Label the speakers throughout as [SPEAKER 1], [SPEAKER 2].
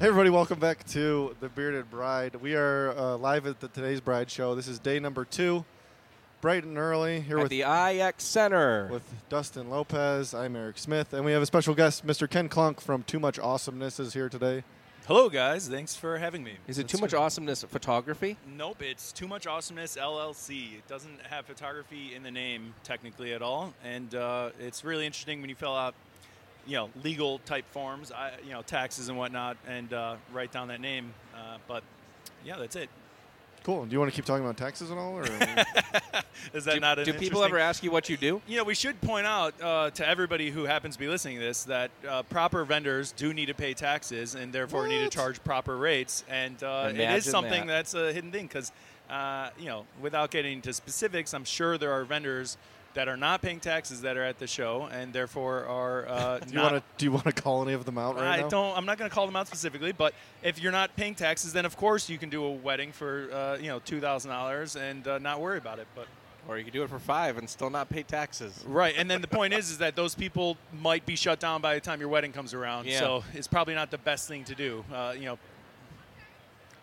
[SPEAKER 1] Hey everybody, welcome back to The Bearded Bride. We are uh, live at the Today's Bride show. This is day number two, bright and early, here
[SPEAKER 2] at
[SPEAKER 1] with,
[SPEAKER 2] the IX Center.
[SPEAKER 1] with Dustin Lopez. I'm Eric Smith, and we have a special guest, Mr. Ken Klunk from Too Much Awesomeness is here today.
[SPEAKER 3] Hello, guys. Thanks for having me.
[SPEAKER 2] Is it too much awesomeness of photography?
[SPEAKER 3] Nope, it's Too Much Awesomeness LLC. It doesn't have photography in the name technically at all, and uh, it's really interesting when you fill out, you know, legal type forms, I, you know, taxes and whatnot, and uh, write down that name. Uh, but yeah, that's it.
[SPEAKER 1] Cool. Do you want to keep talking about taxes and all? Or
[SPEAKER 3] Is that
[SPEAKER 2] do
[SPEAKER 3] not? An
[SPEAKER 2] do people ever
[SPEAKER 3] interesting-
[SPEAKER 2] ask you what you do?
[SPEAKER 3] You know, we should point out uh, to everybody who happens to be listening to this that uh, proper vendors do need to pay taxes and therefore need to
[SPEAKER 1] What?
[SPEAKER 3] charge proper rates. And uh, it
[SPEAKER 2] Imagine
[SPEAKER 3] is something
[SPEAKER 2] that.
[SPEAKER 3] that's a hidden thing because, uh, you know, without getting into specifics, I'm sure there are vendors that are not paying taxes that are at the show and therefore are uh,
[SPEAKER 1] do you
[SPEAKER 3] not.
[SPEAKER 1] want to do you want to call any of them out right
[SPEAKER 3] I
[SPEAKER 1] now?
[SPEAKER 3] don't. I'm not going to call them out specifically, but if you're not paying taxes, then of course you can do a wedding for uh, you know two thousand dollars and uh, not worry about it. But
[SPEAKER 2] Or you could do it for five and still not pay taxes.
[SPEAKER 3] Right, and then the point is, is that those people might be shut down by the time your wedding comes around.
[SPEAKER 2] Yeah.
[SPEAKER 3] So it's probably not the best thing to do. Uh, you know,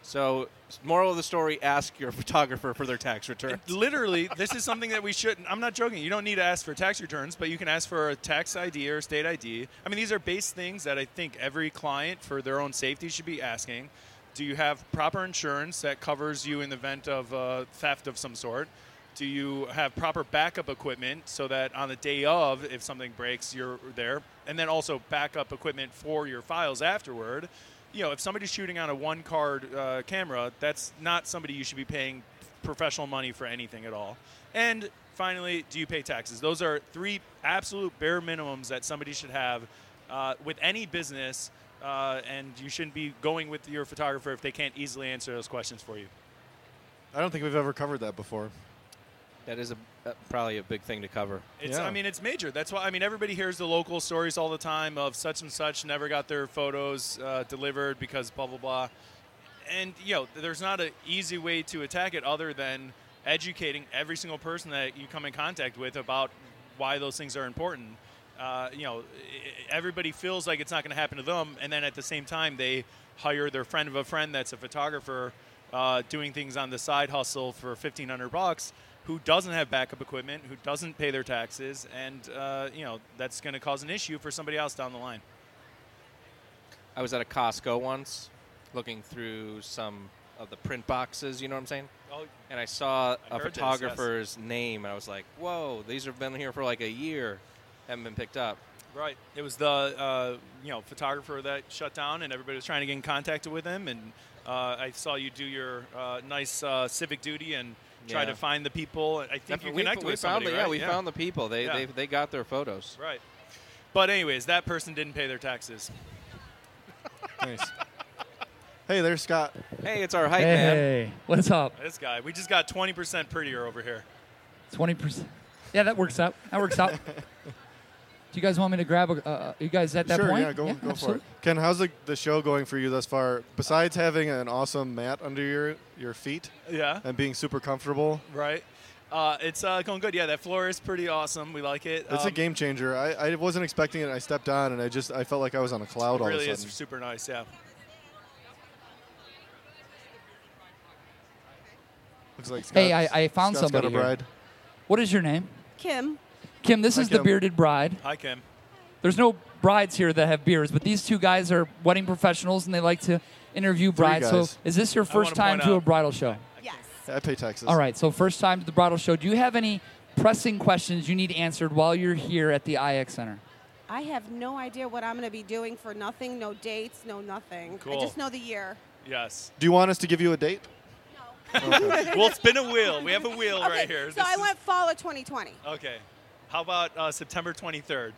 [SPEAKER 2] So, moral of the story: ask your photographer for their tax return.
[SPEAKER 3] literally, this is something that we shouldn't. I'm not joking. You don't need to ask for tax returns, but you can ask for a tax ID or state ID. I mean, these are base things that I think every client, for their own safety, should be asking. Do you have proper insurance that covers you in the event of uh, theft of some sort? Do you have proper backup equipment so that on the day of, if something breaks, you're there? And then also backup equipment for your files afterward. You know, if somebody's shooting on a one card uh, camera, that's not somebody you should be paying professional money for anything at all. And finally, do you pay taxes? Those are three absolute bare minimums that somebody should have uh, with any business. Uh, and you shouldn't be going with your photographer if they can't easily answer those questions for you.
[SPEAKER 1] I don't think we've ever covered that before.
[SPEAKER 2] That is a, uh, probably a big thing to cover.
[SPEAKER 3] It's,
[SPEAKER 1] Yeah.
[SPEAKER 3] I mean, it's major. That's why, I mean, everybody hears the local stories all the time of such and such never got their photos uh, delivered because blah, blah, blah. And, you know, there's not an easy way to attack it other than educating every single person that you come in contact with about why those things are important. Uh, you know, i- everybody feels like it's not going to happen to them, and then at the same time, they hire their friend of a friend that's a photographer uh, doing things on the side hustle for fifteen hundred bucks, who doesn't have backup equipment, who doesn't pay their taxes, and uh, you know that's going to cause an issue for somebody else down the line.
[SPEAKER 2] I was at a Costco once, looking through some of the print boxes. You know what I'm saying?
[SPEAKER 3] Oh,
[SPEAKER 2] And I saw a
[SPEAKER 3] heard this, yes.
[SPEAKER 2] photographer's name, and I was like, "Whoa, these have been here for like a year, haven't been picked up."
[SPEAKER 3] right. It was the uh, you know photographer that shut down, and everybody was trying to get in contact with him. And uh, I saw you do your uh, nice uh, civic duty and try
[SPEAKER 2] Yeah.
[SPEAKER 3] to find the people. I think you
[SPEAKER 2] we,
[SPEAKER 3] connected
[SPEAKER 2] we
[SPEAKER 3] with
[SPEAKER 2] found
[SPEAKER 3] somebody,
[SPEAKER 2] the,
[SPEAKER 3] right?
[SPEAKER 2] yeah, we found the people. They,
[SPEAKER 3] Yeah.
[SPEAKER 2] they they got their photos.
[SPEAKER 3] right. But anyways, that person didn't pay their taxes.
[SPEAKER 1] Nice. hey, there's Scott.
[SPEAKER 2] Hey, it's our hype
[SPEAKER 4] Hey,
[SPEAKER 2] man.
[SPEAKER 4] what's up?
[SPEAKER 3] This guy, we just got twenty percent prettier over here.
[SPEAKER 4] Twenty percent. Yeah, that works out. That works out. Do you guys want me to grab a? Uh, you guys at that
[SPEAKER 1] sure,
[SPEAKER 4] point?
[SPEAKER 1] yeah, go, go for it.
[SPEAKER 4] absolutely.
[SPEAKER 1] Ken, how's the, the show going for you thus far? Besides having an awesome mat under your, your feet
[SPEAKER 3] Yeah.
[SPEAKER 1] and being super comfortable,
[SPEAKER 3] Right. Uh, it's uh, going good. Yeah, that floor is pretty awesome. We like it.
[SPEAKER 1] It's a
[SPEAKER 3] Um,
[SPEAKER 1] game changer. I, I wasn't expecting it. I stepped on and I just I felt like I was on a cloud all
[SPEAKER 3] Really
[SPEAKER 1] of a
[SPEAKER 3] is
[SPEAKER 1] sudden.
[SPEAKER 3] super nice. Yeah.
[SPEAKER 1] Looks like
[SPEAKER 4] Hey,
[SPEAKER 1] Scott's-
[SPEAKER 4] I- I found
[SPEAKER 1] Scott's got
[SPEAKER 4] somebody here.
[SPEAKER 1] a bride.
[SPEAKER 4] What is your name?
[SPEAKER 5] Kim.
[SPEAKER 4] Kim. This
[SPEAKER 1] Hi,
[SPEAKER 4] is
[SPEAKER 1] Kim.
[SPEAKER 4] the bearded bride.
[SPEAKER 3] Hi, Kim.
[SPEAKER 4] There's no brides here that have beards, but these two guys are wedding professionals and they like to interview brides. So,
[SPEAKER 1] guys.
[SPEAKER 4] is this your first
[SPEAKER 3] wanna
[SPEAKER 4] time
[SPEAKER 3] point
[SPEAKER 4] to a
[SPEAKER 3] out-
[SPEAKER 4] bridal show?
[SPEAKER 5] Yes.
[SPEAKER 1] I pay taxes.
[SPEAKER 4] All right. So, first time to the bridal show. Do you have any pressing questions you need answered while you're here at the IX Center?
[SPEAKER 5] I have no idea what I'm going to be doing for nothing, no dates, no nothing. I
[SPEAKER 3] Cool.
[SPEAKER 5] just know the year.
[SPEAKER 3] Yes.
[SPEAKER 1] Do you want us to give you a date?
[SPEAKER 3] we'll spin a wheel. We have a wheel right here.
[SPEAKER 5] So
[SPEAKER 3] This
[SPEAKER 5] I
[SPEAKER 3] is-
[SPEAKER 5] went fall of 2020.
[SPEAKER 3] Okay. How about uh, September 23rd?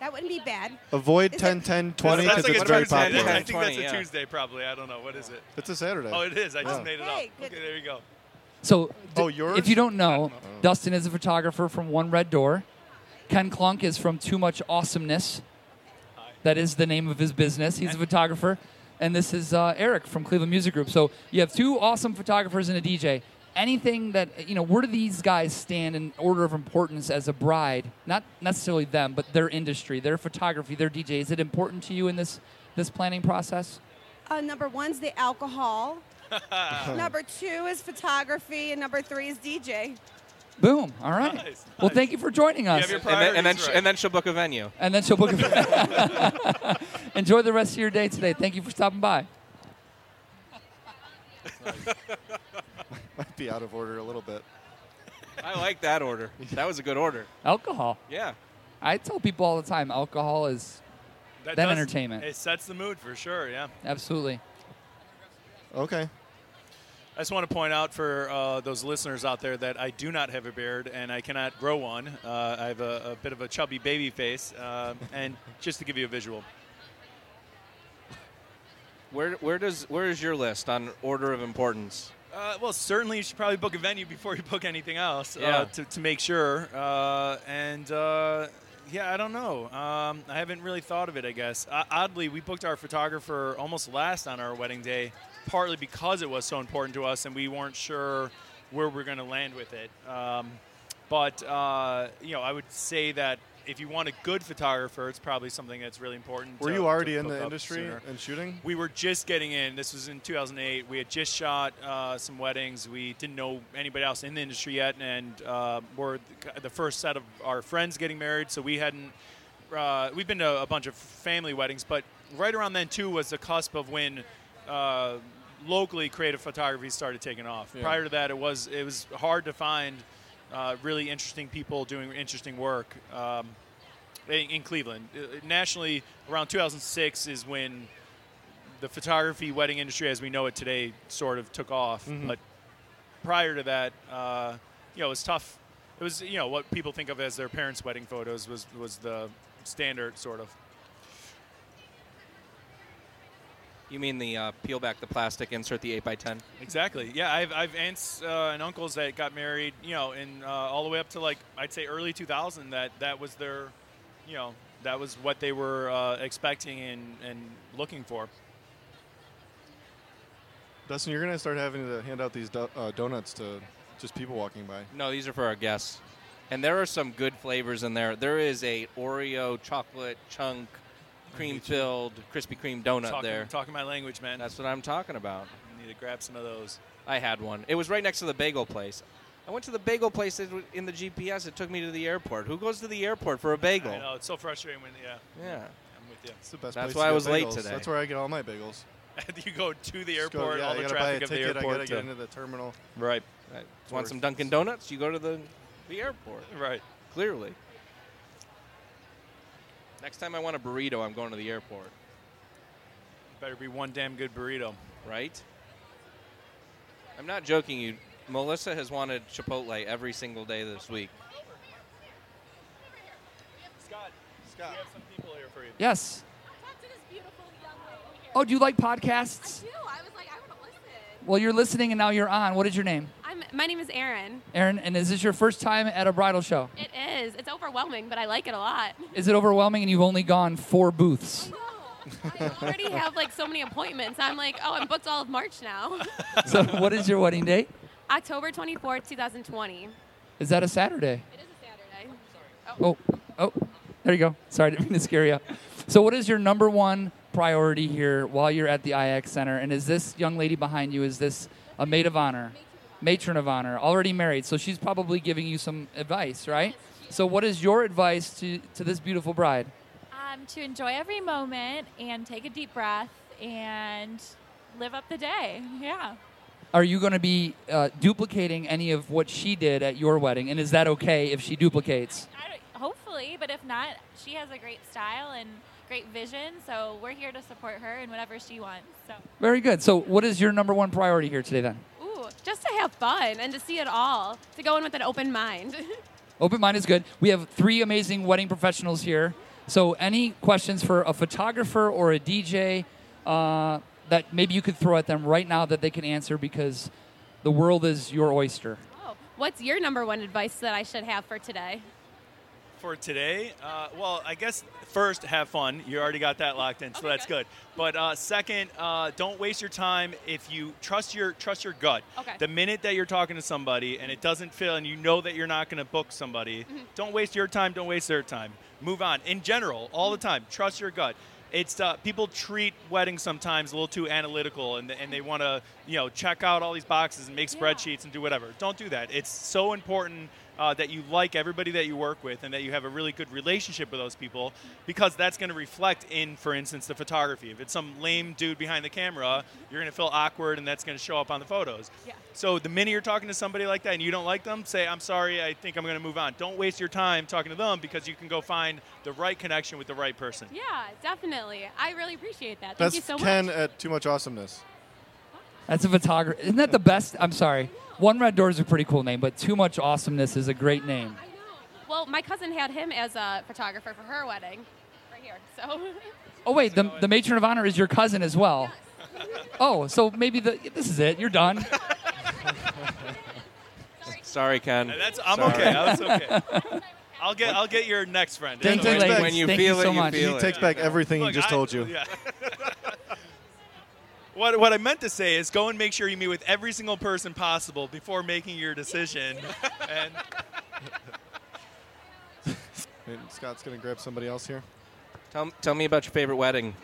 [SPEAKER 5] That wouldn't be bad.
[SPEAKER 1] Avoid
[SPEAKER 5] Is
[SPEAKER 1] 10,
[SPEAKER 5] it-
[SPEAKER 1] 10, 20
[SPEAKER 3] That's
[SPEAKER 1] because
[SPEAKER 3] like a
[SPEAKER 1] it's very
[SPEAKER 3] Tuesday.
[SPEAKER 1] popular.
[SPEAKER 3] I think that's
[SPEAKER 2] 10/20,
[SPEAKER 3] a
[SPEAKER 2] yeah.
[SPEAKER 3] Tuesday, probably. I don't know. What is it?
[SPEAKER 1] It's a Saturday.
[SPEAKER 3] Oh, it is. I just
[SPEAKER 1] Yeah.
[SPEAKER 3] made it
[SPEAKER 5] Hey,
[SPEAKER 3] up.
[SPEAKER 5] good.
[SPEAKER 3] Okay, there you go.
[SPEAKER 4] So,
[SPEAKER 1] Oh,
[SPEAKER 4] d-
[SPEAKER 1] yours?
[SPEAKER 4] if you don't know, Dustin is a photographer from One Red Door. Ken Klunk is from Too Much Awesomeness.
[SPEAKER 3] Hi.
[SPEAKER 4] That is the name of his business. He's a photographer. And this is uh, Eric from Cleveland Music Group. So you have two awesome photographers and a DJ. Anything that, you know, where do these guys stand in order of importance as a bride? Not necessarily them, but their industry, their photography, their DJ. Is it important to you in this, this planning process?
[SPEAKER 5] Uh, number one's the alcohol. number two is photography, and number three is DJ.
[SPEAKER 4] Boom. All right.
[SPEAKER 3] Nice,
[SPEAKER 4] Well,
[SPEAKER 3] nice.
[SPEAKER 4] thank you for joining us.
[SPEAKER 3] have your
[SPEAKER 2] And then, and, then
[SPEAKER 3] Priorities
[SPEAKER 2] sh-
[SPEAKER 3] right.
[SPEAKER 2] and then she'll book a venue.
[SPEAKER 4] and then she'll book a Enjoy the rest of your day today. Thank you for stopping by.
[SPEAKER 1] Might be out of order a little bit.
[SPEAKER 2] I like that order. That was a good order.
[SPEAKER 4] Alcohol.
[SPEAKER 2] Yeah.
[SPEAKER 4] I tell people all the time, alcohol is That entertainment.
[SPEAKER 3] It sets the mood for sure. Yeah.
[SPEAKER 4] absolutely.
[SPEAKER 1] Okay.
[SPEAKER 3] I just want to point out for uh, those listeners out there that I do not have a beard and I cannot grow one. Uh, I have a, a bit of a chubby baby face. Um and just to give you a visual,
[SPEAKER 2] Where where does where is your list on order of importance?
[SPEAKER 3] uh, well, certainly you should probably book a venue before you book anything else
[SPEAKER 2] Yeah.
[SPEAKER 3] uh, to, to make sure. Uh, and uh, yeah, I don't know. Um, I haven't really thought of it, I guess. Uh, oddly, we booked our photographer almost last on our wedding day, partly because it was so important to us and we weren't sure where we're going to land with it. Um, But uh, you know, I would say that if you want a good photographer, it's probably something that's really important.
[SPEAKER 1] Were
[SPEAKER 3] to-
[SPEAKER 1] you already
[SPEAKER 3] to
[SPEAKER 1] in
[SPEAKER 3] hook
[SPEAKER 1] the
[SPEAKER 3] up
[SPEAKER 1] industry
[SPEAKER 3] sooner.
[SPEAKER 1] and shooting?
[SPEAKER 3] We were just getting in. This was in 2008. We had just shot uh, some weddings. We didn't know anybody else in the industry yet, and uh, we're the first set of our friends getting married. So we hadn't. Uh, we've been to a bunch of family weddings, but right around then too was the cusp of when uh, locally creative photography started taking off. Prior to that, it was it was hard to find uh, really interesting people doing interesting work. Um, in, in Cleveland. Uh, Nationally, around 2006 is when the photography wedding industry, as we know it today, sort of took off. But prior to that, uh, you know, it was tough. It was you know what people think of as their parents' wedding photos was was the standard sort of.
[SPEAKER 2] You mean the uh, peel back the plastic, insert the eight by ten?
[SPEAKER 3] Exactly. Yeah, I've, I've aunts uh, and uncles that got married, you know, and uh, all the way up to like I'd say early 2000. That that was their, you know, that was what they were uh, expecting and, and looking for.
[SPEAKER 1] Dustin, you're going to start having to hand out these do- uh, donuts to just people walking by.
[SPEAKER 2] No, these are for our guests. And there are some good flavors in there. There is a Oreo chocolate chunk cream filled Krispy Kreme donut
[SPEAKER 3] talking,
[SPEAKER 2] there.
[SPEAKER 3] talking my language, man.
[SPEAKER 2] That's what I'm talking about.
[SPEAKER 3] I need to grab some of those.
[SPEAKER 2] I had one. It was right next to the bagel place. I went to the bagel place it w- in the GPS. It took me to the airport. Who goes to the airport for a bagel?
[SPEAKER 3] I know it's so frustrating when yeah,
[SPEAKER 2] Yeah.
[SPEAKER 3] I'm with
[SPEAKER 1] It's the best
[SPEAKER 2] That's
[SPEAKER 1] place
[SPEAKER 2] why
[SPEAKER 1] to
[SPEAKER 2] I
[SPEAKER 1] get
[SPEAKER 2] was late
[SPEAKER 1] bagels.
[SPEAKER 2] today.
[SPEAKER 1] That's where I get all my bagels.
[SPEAKER 3] you. you go to the
[SPEAKER 1] Just go,
[SPEAKER 3] airport,
[SPEAKER 1] yeah,
[SPEAKER 3] all
[SPEAKER 1] I
[SPEAKER 3] the
[SPEAKER 1] gotta buy
[SPEAKER 3] traffic
[SPEAKER 1] a
[SPEAKER 3] of the
[SPEAKER 1] ticket, I
[SPEAKER 3] airport.
[SPEAKER 1] gotta
[SPEAKER 3] to-
[SPEAKER 1] get into the terminal.
[SPEAKER 3] right,
[SPEAKER 2] Right. Want some
[SPEAKER 1] Tourists.
[SPEAKER 2] Dunkin' Donuts? You go to the, the airport.
[SPEAKER 3] right.
[SPEAKER 2] Clearly. Next time I want a burrito, I'm going to the airport.
[SPEAKER 3] Better be one damn good burrito.
[SPEAKER 2] right? I'm not joking you. Melissa has wanted Chipotle every single day this week.
[SPEAKER 3] Scott,
[SPEAKER 1] Scott.
[SPEAKER 3] some people here for you.
[SPEAKER 4] Yes.
[SPEAKER 6] talked to this beautiful young lady here.
[SPEAKER 4] Oh, do you like
[SPEAKER 6] I
[SPEAKER 4] podcasts?
[SPEAKER 6] do. I was like, I want to listen.
[SPEAKER 4] Well, you're listening and now you're on. What is your name?
[SPEAKER 6] I'm, my name is Erin.
[SPEAKER 4] Aaron, and is this your first time at a bridal show?
[SPEAKER 6] It is. It's overwhelming, but I like it a lot.
[SPEAKER 4] Is it overwhelming and you've only gone four booths?
[SPEAKER 6] I already have like so many appointments. I'm like, oh, I'm booked all of March now.
[SPEAKER 4] So, what is your wedding date?
[SPEAKER 6] October 24th, 2020. It is
[SPEAKER 4] Is that a Saturday?
[SPEAKER 6] a Saturday.
[SPEAKER 4] Oh, oh, there you go. Sorry, I didn't mean to scare you. So, what is your number one priority here while you're at the IX Center? And is this young lady behind you? Is this a maid of honor, matron of honor, already married? So she's probably giving you some advice, right? So, what is your advice to to this beautiful bride?
[SPEAKER 7] Um, to enjoy every moment and take a deep breath and live up the day. Yeah.
[SPEAKER 4] Are you going to be uh, duplicating any of what she did at your wedding? And is that okay if she duplicates?
[SPEAKER 7] I don't, hopefully, but if not, she has a great style and great vision. So we're here to support her in whatever she wants. So,
[SPEAKER 4] Very good. So, what is your number one priority here today then?
[SPEAKER 6] Oh, Ooh, just to have fun and to see it all, to go in with an open mind.
[SPEAKER 4] Open mind is good. We have three amazing wedding professionals here. So, any questions for a photographer or a DJ uh, that maybe you could throw at them right now that they can answer because the world is your oyster.
[SPEAKER 6] oh, what's your number one advice that I should have for today?
[SPEAKER 3] for today? Uh, well, I guess first, have fun. You already got that locked in, so
[SPEAKER 7] Okay,
[SPEAKER 3] that's
[SPEAKER 7] good.
[SPEAKER 3] good. But uh, second, uh, don't waste your time if you trust your trust your gut.
[SPEAKER 7] Okay.
[SPEAKER 3] The minute that you're talking to somebody and it doesn't feel, and you know that you're not going to book somebody,
[SPEAKER 7] Mm-hmm.
[SPEAKER 3] don't waste your time. Don't waste their time. Move on. In general, all
[SPEAKER 7] Mm-hmm.
[SPEAKER 3] the time, trust your gut. It's uh, people treat weddings sometimes a little too analytical, and and they want to you know check out all these boxes and make
[SPEAKER 7] Yeah.
[SPEAKER 3] spreadsheets spreadsheets and do whatever. Don't do that. It's so important uh, that you like everybody that you work with and that you have a really good relationship with those people because that's going to reflect in, for instance, the photography. If it's some lame dude behind the camera, you're going to feel awkward and that's going to show up on the photos.
[SPEAKER 7] Yeah.
[SPEAKER 3] So the minute you're talking to somebody like that and you don't like them, say, I'm sorry, I think I'm going to move on. Don't waste your time talking to them because you can go find the right connection with the right person.
[SPEAKER 6] Yeah, definitely. I really appreciate that.
[SPEAKER 1] That's
[SPEAKER 6] Thank you so
[SPEAKER 1] Ken
[SPEAKER 6] much.
[SPEAKER 1] at Too Much Awesomeness.
[SPEAKER 4] That's a photographer. Isn't that the best? I'm sorry. One Red Door is a pretty cool name, but Too Much Awesomeness is a great name.
[SPEAKER 6] I know. Well, my cousin had him as a photographer for her wedding, right here. So
[SPEAKER 4] Oh wait, the, the matron of honor is your cousin as well. Oh, so maybe the this is it. You're done.
[SPEAKER 2] Sorry, Ken.
[SPEAKER 3] And that's, I'm
[SPEAKER 2] Sorry.
[SPEAKER 3] okay. That's okay. I'll get, I'll get your next friend.
[SPEAKER 4] Thank
[SPEAKER 3] It's
[SPEAKER 4] you,
[SPEAKER 3] okay.
[SPEAKER 4] ladies.
[SPEAKER 2] when you
[SPEAKER 4] Thank
[SPEAKER 2] feel
[SPEAKER 4] you
[SPEAKER 2] it,
[SPEAKER 4] so
[SPEAKER 2] you
[SPEAKER 4] much.
[SPEAKER 2] feel
[SPEAKER 1] He
[SPEAKER 2] it.
[SPEAKER 1] takes back everything he
[SPEAKER 3] Look,
[SPEAKER 1] just
[SPEAKER 3] I-
[SPEAKER 1] told you.
[SPEAKER 3] yeah. what, what I meant to say is go and make sure you meet with every single person possible before making your decision. and
[SPEAKER 1] And Scott's going to grab somebody else here.
[SPEAKER 2] Tell, tell me about your favorite wedding.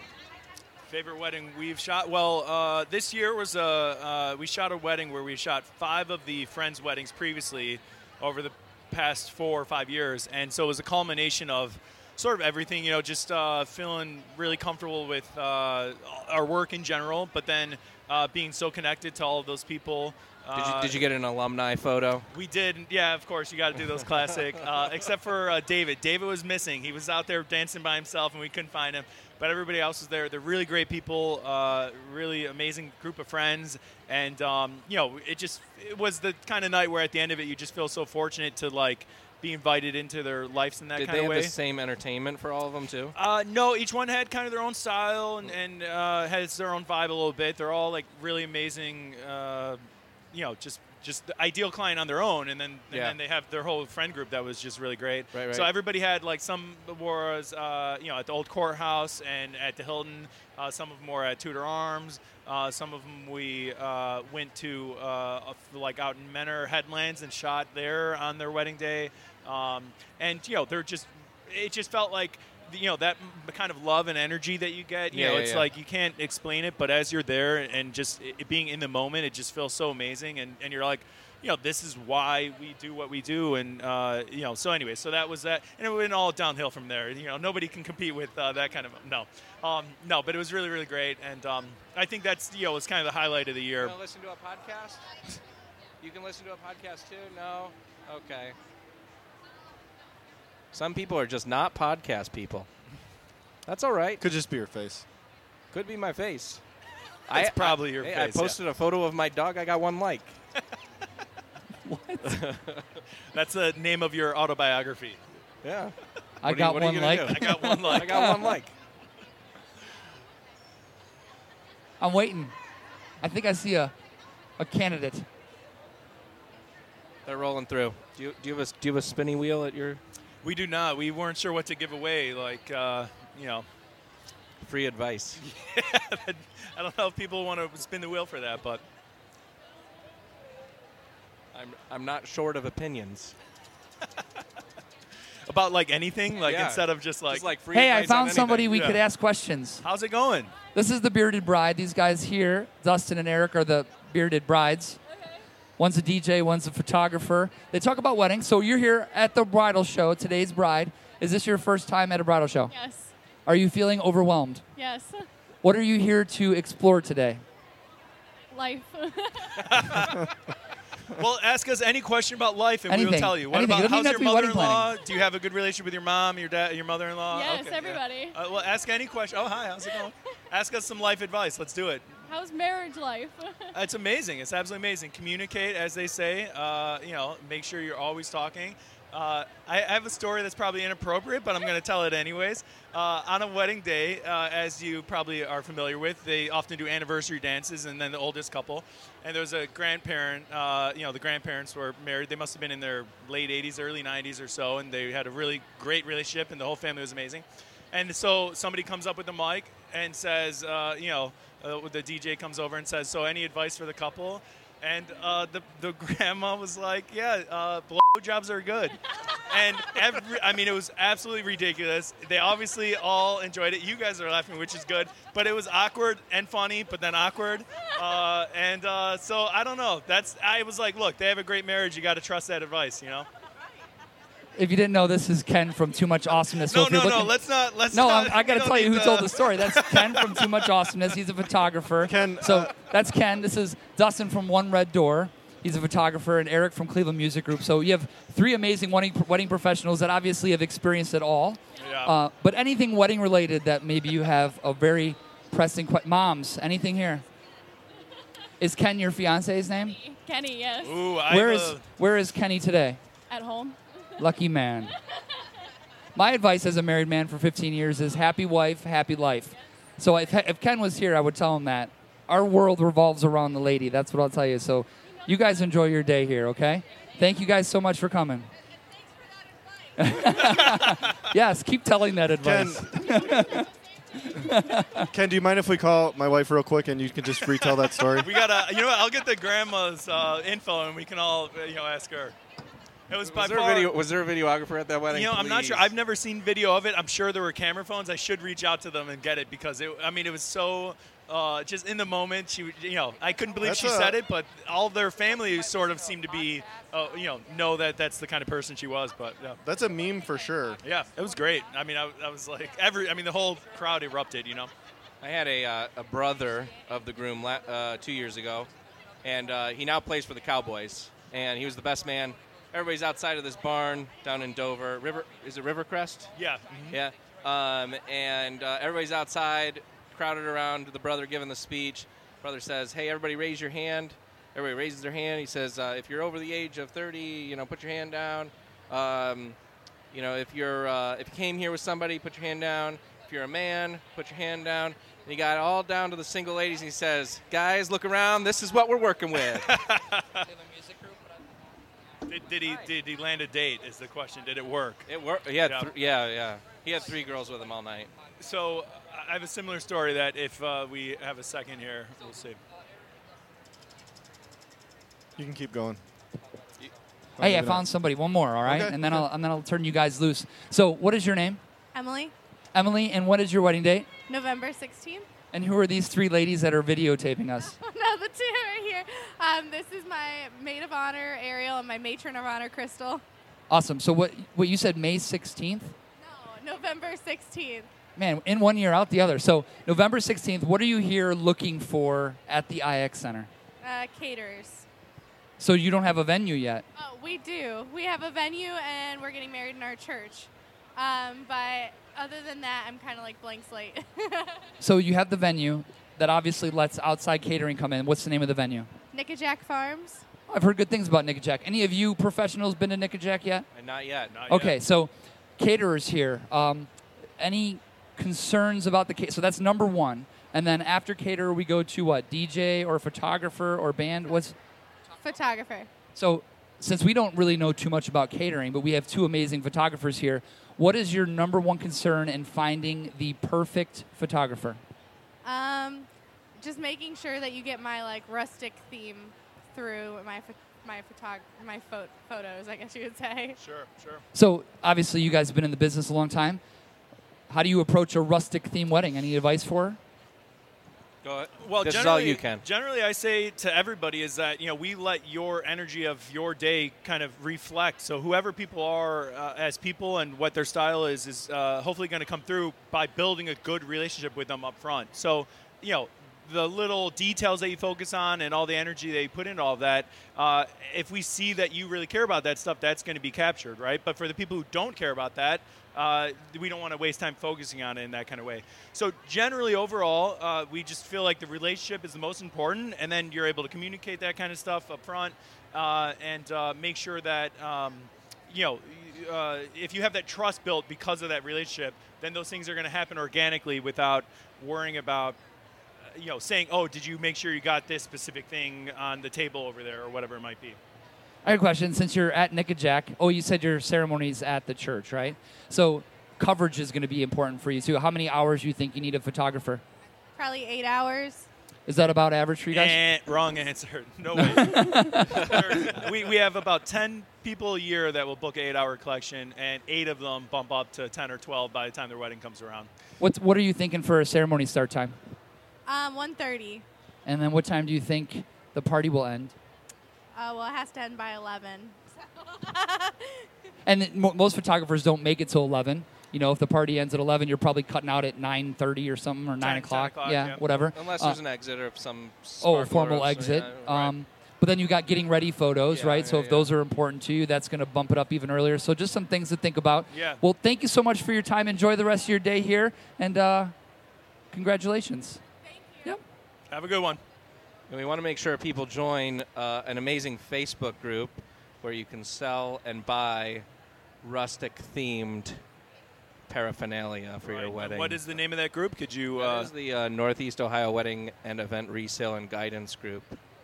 [SPEAKER 3] favorite wedding we've shot. Well, uh, this year was a uh, we shot a wedding where we shot five of the friends' weddings previously over the past four or five years, and so it was a culmination of sort of everything. You know, just uh, feeling really comfortable with uh, our work in general, but then uh, being so connected to all of those people.
[SPEAKER 2] Did you,
[SPEAKER 3] uh,
[SPEAKER 2] did you get an alumni photo?
[SPEAKER 3] We did, yeah. Of course, you got to do those classic. Uh, except for uh, David. David was missing. He was out there dancing by himself, and we couldn't find him. But everybody else was there. They're really great people. Uh, really amazing group of friends, and um, you know, it just it was the kind of night where at the end of it, you just feel so fortunate to like be invited into their lives in that
[SPEAKER 2] Did
[SPEAKER 3] kind
[SPEAKER 2] they
[SPEAKER 3] of
[SPEAKER 2] have
[SPEAKER 3] way.
[SPEAKER 2] the same entertainment for all of them too?
[SPEAKER 3] Uh, no, each one had kind of their own style and, and uh, has their own vibe a little bit. They're all like really amazing, uh, you know, just just the ideal client on their own, and then and
[SPEAKER 2] Yeah.
[SPEAKER 3] then they have their whole friend group that was just really great.
[SPEAKER 2] Right, right.
[SPEAKER 3] So everybody had like some was uh, you know at the old courthouse and at the Hilton. Uh, some of them were at Tudor Arms. Uh, some of them we uh, went to uh, a- like out in Menor Headlands and shot there on their wedding day. Um, and you know they're just it just felt like you know that m- kind of love and energy that you get you
[SPEAKER 2] Yeah,
[SPEAKER 3] know
[SPEAKER 2] yeah,
[SPEAKER 3] it's
[SPEAKER 2] yeah.
[SPEAKER 3] like you can't explain it but as you're there and just it, being in the moment it just feels so amazing and, and you're like you know this is why we do what we do and uh, you know so anyway so that was that and it went all downhill from there you know nobody can compete with uh, that kind of no um, no but it was really really great and um, i think that's you know was kind of the highlight of the year
[SPEAKER 2] to listen to a podcast? You can listen to a podcast too? No? Okay. Some people are just not podcast people. That's all right.
[SPEAKER 1] Could just be your face.
[SPEAKER 2] Could be my face.
[SPEAKER 3] It's probably your
[SPEAKER 2] hey,
[SPEAKER 3] face,
[SPEAKER 2] I
[SPEAKER 3] yeah.
[SPEAKER 2] posted a photo of my dog. I got one like.
[SPEAKER 3] that's the name of your autobiography
[SPEAKER 2] Yeah.
[SPEAKER 4] I
[SPEAKER 2] What are you-
[SPEAKER 4] got
[SPEAKER 2] what are
[SPEAKER 4] one
[SPEAKER 2] you
[SPEAKER 4] like.
[SPEAKER 2] gonna
[SPEAKER 3] i got one
[SPEAKER 2] I
[SPEAKER 3] like
[SPEAKER 2] got one like.
[SPEAKER 4] I'm waiting. I think I see a a candidate.
[SPEAKER 2] They're rolling through. Do you, do you have a do you have a spinny wheel at your
[SPEAKER 3] we do not we weren't sure what to give away like uh, you know
[SPEAKER 2] free advice?
[SPEAKER 3] I don't know if people want to spin the wheel for that, but
[SPEAKER 2] I'm I'm not short of opinions.
[SPEAKER 3] about like anything, like
[SPEAKER 2] Yeah.
[SPEAKER 3] instead of just like,
[SPEAKER 2] Just like free
[SPEAKER 4] Hey,
[SPEAKER 2] advice
[SPEAKER 4] I
[SPEAKER 2] on
[SPEAKER 4] found
[SPEAKER 2] anything.
[SPEAKER 4] somebody we
[SPEAKER 3] yeah.
[SPEAKER 4] could ask questions.
[SPEAKER 3] how's it going?
[SPEAKER 4] This is the Bearded Bride. These guys here, Dustin and Eric, are the Bearded Brides. One's a DJ, one's a photographer. They talk about weddings. So you're here at the bridal show, today's bride. Is this your first time at a bridal show?
[SPEAKER 6] yes,
[SPEAKER 4] Are you feeling overwhelmed?
[SPEAKER 6] yes,
[SPEAKER 4] What are you here to explore today?
[SPEAKER 6] life.
[SPEAKER 3] Well, ask us any question about life, and we
[SPEAKER 4] Anything.
[SPEAKER 3] will tell you. What
[SPEAKER 4] Anything. It
[SPEAKER 3] about
[SPEAKER 4] doesn't
[SPEAKER 3] how's
[SPEAKER 4] even
[SPEAKER 3] your
[SPEAKER 4] have to be wedding
[SPEAKER 3] mother-in-law? Do you have a good relationship with your mom, your dad, your mother-in-law?
[SPEAKER 6] yes,
[SPEAKER 3] Okay, yeah.
[SPEAKER 6] everybody.
[SPEAKER 3] Uh, well, ask any question. Oh, hi, how's it going? ask us some life advice. Let's do it.
[SPEAKER 6] How's marriage life?
[SPEAKER 3] It's amazing. It's absolutely amazing. Communicate, as they say. Uh, you know, make sure you're always talking. Uh, I, I have a story that's probably inappropriate, but I'm going to tell it anyways. Uh, on a wedding day, uh, as you probably are familiar with, they often do anniversary dances, and then the oldest couple. And there was a grandparent, uh, you know, the grandparents were married. They must have been in their late 80s, early 90s or so, and they had a really great relationship, and the whole family was amazing. And so somebody comes up with the mic and says, uh, you know, uh, the DJ comes over and says, so any advice for the couple? And uh, the, the grandma was like, yeah, uh, blowjobs are good. And every, I mean, it was absolutely ridiculous. They obviously all enjoyed it. You guys are laughing, which is good. But it was awkward and funny, but then awkward. Uh, and uh, so I don't know. That's I was like, look, they have a great marriage. You got to trust that advice, you know.
[SPEAKER 4] If you didn't know, this is Ken from Too Much Awesomeness. So
[SPEAKER 3] No,
[SPEAKER 4] if you're
[SPEAKER 3] no, no.
[SPEAKER 4] looking-
[SPEAKER 3] Let's not. Let's
[SPEAKER 4] No,
[SPEAKER 3] not.
[SPEAKER 4] I'm, I
[SPEAKER 3] we
[SPEAKER 4] got to
[SPEAKER 3] don't
[SPEAKER 4] tell you
[SPEAKER 3] need
[SPEAKER 4] who
[SPEAKER 3] to-
[SPEAKER 4] told the story. That's Ken from Too Much Awesomeness. He's a photographer.
[SPEAKER 1] Ken,
[SPEAKER 4] So
[SPEAKER 1] uh,
[SPEAKER 4] that's Ken. This is Dustin from One Red Door. He's a photographer, and Eric from Cleveland Music Group. So you have three amazing wedding, wedding professionals that obviously have experienced it all.
[SPEAKER 3] Yeah.
[SPEAKER 4] Uh, but anything wedding related that maybe you have a very pressing question. Moms, anything here? Is Ken your fiance's name?
[SPEAKER 7] Kenny, yes.
[SPEAKER 3] Ooh, I
[SPEAKER 4] Where
[SPEAKER 3] have
[SPEAKER 4] is
[SPEAKER 3] a-
[SPEAKER 4] where is Kenny today?
[SPEAKER 7] At home.
[SPEAKER 4] Lucky man. My advice as a married man for 15 years is happy wife, happy life. So if, if Ken was here, I would tell him that. Our world revolves around the lady. That's what I'll tell you. So you guys enjoy your day here, okay? Thank you guys so much for coming. yes, keep telling that
[SPEAKER 1] Ken,
[SPEAKER 4] advice.
[SPEAKER 1] Ken, do you mind if we call my wife real quick and you can just retell that story?
[SPEAKER 3] We gotta, you know what? I'll get the grandma's uh, info and we can all, uh, you know, ask her. It was, by
[SPEAKER 2] Was there,
[SPEAKER 3] far.
[SPEAKER 2] a video, was there a videographer at that wedding?
[SPEAKER 3] you know, I'm not sure.
[SPEAKER 2] Please.
[SPEAKER 3] I've never seen video of it. I'm sure there were camera phones. I should reach out to them and get it because it. I mean, it was so. Uh, just in the moment, she, would- you know, I couldn't believe
[SPEAKER 1] That's
[SPEAKER 3] she
[SPEAKER 1] a-
[SPEAKER 3] said it, but all their family sort of seemed to be, uh, you know, know that that's the kind of person she was. But yeah,
[SPEAKER 1] That's a meme for sure.
[SPEAKER 3] yeah, it was great. I mean, I, I was like, every, I mean, the whole crowd erupted. You know,
[SPEAKER 2] I had a, uh, a brother of the groom la- uh, two years ago, and uh, he now plays for the Cowboys, and he was the best man. Everybody's outside of this barn down in Dover. River is it Rivercrest?
[SPEAKER 3] yeah,
[SPEAKER 2] Yeah. Um, and uh, everybody's outside, crowded around the brother giving the speech. Brother says, "Hey, everybody, raise your hand." Everybody raises their hand. He says, uh, "If you're over the age of 30, you know, put your hand down. Um, you know, if you're uh, if you came here with somebody, put your hand down. If you're a man, put your hand down." And he got all down to the single ladies. And he says, "Guys, look around. This is what we're working with."
[SPEAKER 3] Did, did he did he land a date? Is the question. Did it work?
[SPEAKER 2] it worked. He had
[SPEAKER 3] Yeah.
[SPEAKER 2] yeah. yeah, yeah. He had three girls with him all night.
[SPEAKER 3] So I- I have a similar story that if uh, we have a second here, we'll see.
[SPEAKER 1] You can keep going. I'll
[SPEAKER 4] Hey,
[SPEAKER 1] give
[SPEAKER 4] I
[SPEAKER 1] it up.
[SPEAKER 4] found somebody. One more, all right?
[SPEAKER 1] Okay,
[SPEAKER 4] And then I'll and then I'll turn you guys loose. So, what is your name?
[SPEAKER 6] Emily,
[SPEAKER 4] Emily, and what is your wedding date?
[SPEAKER 6] November 16th.
[SPEAKER 4] And who are these three ladies that are videotaping us?
[SPEAKER 6] no, the two right here. Um, this is my maid of honor, Ariel, and my matron of honor, Crystal.
[SPEAKER 4] Awesome. So what what you said May 16th?
[SPEAKER 6] No, November 16th.
[SPEAKER 4] Man, in one year out the other. So November 16th, what are you here looking for at the IX Center?
[SPEAKER 6] Uh, caterers.
[SPEAKER 4] So you don't have a venue yet.
[SPEAKER 6] Oh, we do. We have a venue, and we're getting married in our church. Um, but other than that, I'm kind of like blank slate.
[SPEAKER 4] So you have the venue that obviously lets outside catering come in. What's the name of the venue?
[SPEAKER 6] Nickajack Farms.
[SPEAKER 4] I've heard good things about Nick and Jack. Any of you professionals been to Nick and Jack yet?
[SPEAKER 2] And not yet.
[SPEAKER 3] Not yet.
[SPEAKER 4] Okay, so caterers here. Um, any concerns about the ca- so that's number one. And then after caterer, we go to what DJ or photographer or band. What's
[SPEAKER 6] Photographer.
[SPEAKER 4] So, since we don't really know too much about catering, but we have two amazing photographers here, what is your number one concern in finding the perfect photographer?
[SPEAKER 6] Um, just making sure that you get my like rustic theme through my pho- my photog- my pho- photos. I guess you would say.
[SPEAKER 3] Sure, sure.
[SPEAKER 4] So, obviously, you guys have been in the business a long time. How do you approach a rustic theme wedding? Any advice for her?
[SPEAKER 2] Go ahead.
[SPEAKER 3] Well,
[SPEAKER 2] this is all
[SPEAKER 3] generally,
[SPEAKER 2] you can.
[SPEAKER 3] Generally, I say to everybody is that you know we let your energy of your day kind of reflect. So whoever people are uh, as people and what their style is is uh, hopefully going to come through by building a good relationship with them up front. So you know. The little details that you focus on and all the energy that you put into all of that, uh, if we see that you really care about that stuff, that's going to be captured, right? But for the people who don't care about that, uh, we don't want to waste time focusing on it in that kind of way. So generally, overall, uh, we just feel like the relationship is the most important, and then you're able to communicate that kind of stuff up front uh, and uh, make sure that um, you know, uh, if you have that trust built because of that relationship, then those things are going to happen organically without worrying about, uh, you know, saying, oh, did you make sure you got this specific thing on the table over there or whatever it might be.
[SPEAKER 4] I have a question. Since you're at Nick and Jack, oh, you said your ceremony's at the church, right? So coverage is going to be important for you too. How many hours do you think you need a photographer?
[SPEAKER 6] Probably eight hours.
[SPEAKER 4] Is that about average for you guys?
[SPEAKER 3] Eh, wrong answer. No way. we, we have about 10 people a year that will book an eight hour collection, and eight of them bump up to 10 or 12 by the time their wedding comes around.
[SPEAKER 4] What's, what are you thinking for a ceremony start time?
[SPEAKER 6] Um, 1.30.
[SPEAKER 4] And then what time do you think the party will end?
[SPEAKER 6] Uh, well, it has to end by 11.
[SPEAKER 4] And it, mo- most photographers don't make it till 11. You know, if the party ends at 11, you're probably cutting out at 9.30 or something, or 9
[SPEAKER 3] 10
[SPEAKER 4] o'clock.
[SPEAKER 3] o'clock,
[SPEAKER 4] yeah,
[SPEAKER 3] yeah.
[SPEAKER 4] whatever.
[SPEAKER 2] Unless
[SPEAKER 4] Uh,
[SPEAKER 2] there's an exit or some.
[SPEAKER 4] oh,
[SPEAKER 2] sparkler
[SPEAKER 4] a formal
[SPEAKER 2] or something,
[SPEAKER 4] exit.
[SPEAKER 2] yeah, right.
[SPEAKER 4] um, but then you got getting ready photos,
[SPEAKER 2] Yeah,
[SPEAKER 4] right? So
[SPEAKER 2] yeah,
[SPEAKER 4] if
[SPEAKER 2] yeah.
[SPEAKER 4] those are important to you, that's going to bump it up even earlier. So just some things to think about.
[SPEAKER 3] Yeah.
[SPEAKER 4] Well, thank you so much for your time. Enjoy the rest of your day here, and uh, congratulations.
[SPEAKER 3] Have a good one.
[SPEAKER 2] And we want to make sure people join uh, an amazing Facebook group where you can sell and buy rustic themed paraphernalia for
[SPEAKER 3] Right.
[SPEAKER 2] your
[SPEAKER 3] And
[SPEAKER 2] wedding.
[SPEAKER 3] What is the name of that group? Could you.
[SPEAKER 2] That
[SPEAKER 3] Uh,
[SPEAKER 2] is the uh, Northeast Ohio Wedding and Event Resale and Guidance Group?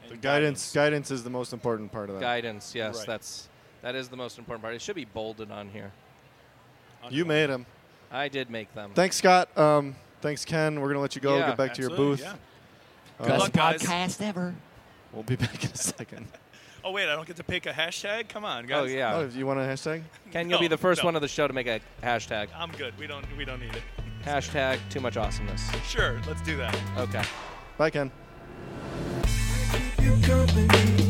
[SPEAKER 1] The guidance, guidance is the most important part of that.
[SPEAKER 2] Guidance, yes,
[SPEAKER 3] Right.
[SPEAKER 2] that's that is the most important part. It should be bolded on here.
[SPEAKER 1] You made him.
[SPEAKER 2] I did make them.
[SPEAKER 1] Thanks, Scott. Um, thanks, Ken. We're gonna let you go.
[SPEAKER 2] Yeah,
[SPEAKER 1] Get back to your
[SPEAKER 3] Absolutely,
[SPEAKER 1] booth.
[SPEAKER 3] yeah.
[SPEAKER 1] Uh,
[SPEAKER 4] Best
[SPEAKER 3] luck, guys.
[SPEAKER 4] podcast ever.
[SPEAKER 1] We'll be back in a second.
[SPEAKER 3] Oh, wait, I don't get to pick a hashtag? Come on, guys.
[SPEAKER 2] oh yeah,
[SPEAKER 1] Oh, you want a hashtag?
[SPEAKER 2] Ken, you'll be
[SPEAKER 3] No,
[SPEAKER 2] the first
[SPEAKER 3] no.
[SPEAKER 2] one of the show to make a hashtag.
[SPEAKER 3] I'm good. We don't, we don't need it.
[SPEAKER 2] Hashtag too much awesomeness.
[SPEAKER 3] Sure, let's do that.
[SPEAKER 2] Okay.
[SPEAKER 1] Bye, Ken.
[SPEAKER 8] keep you company.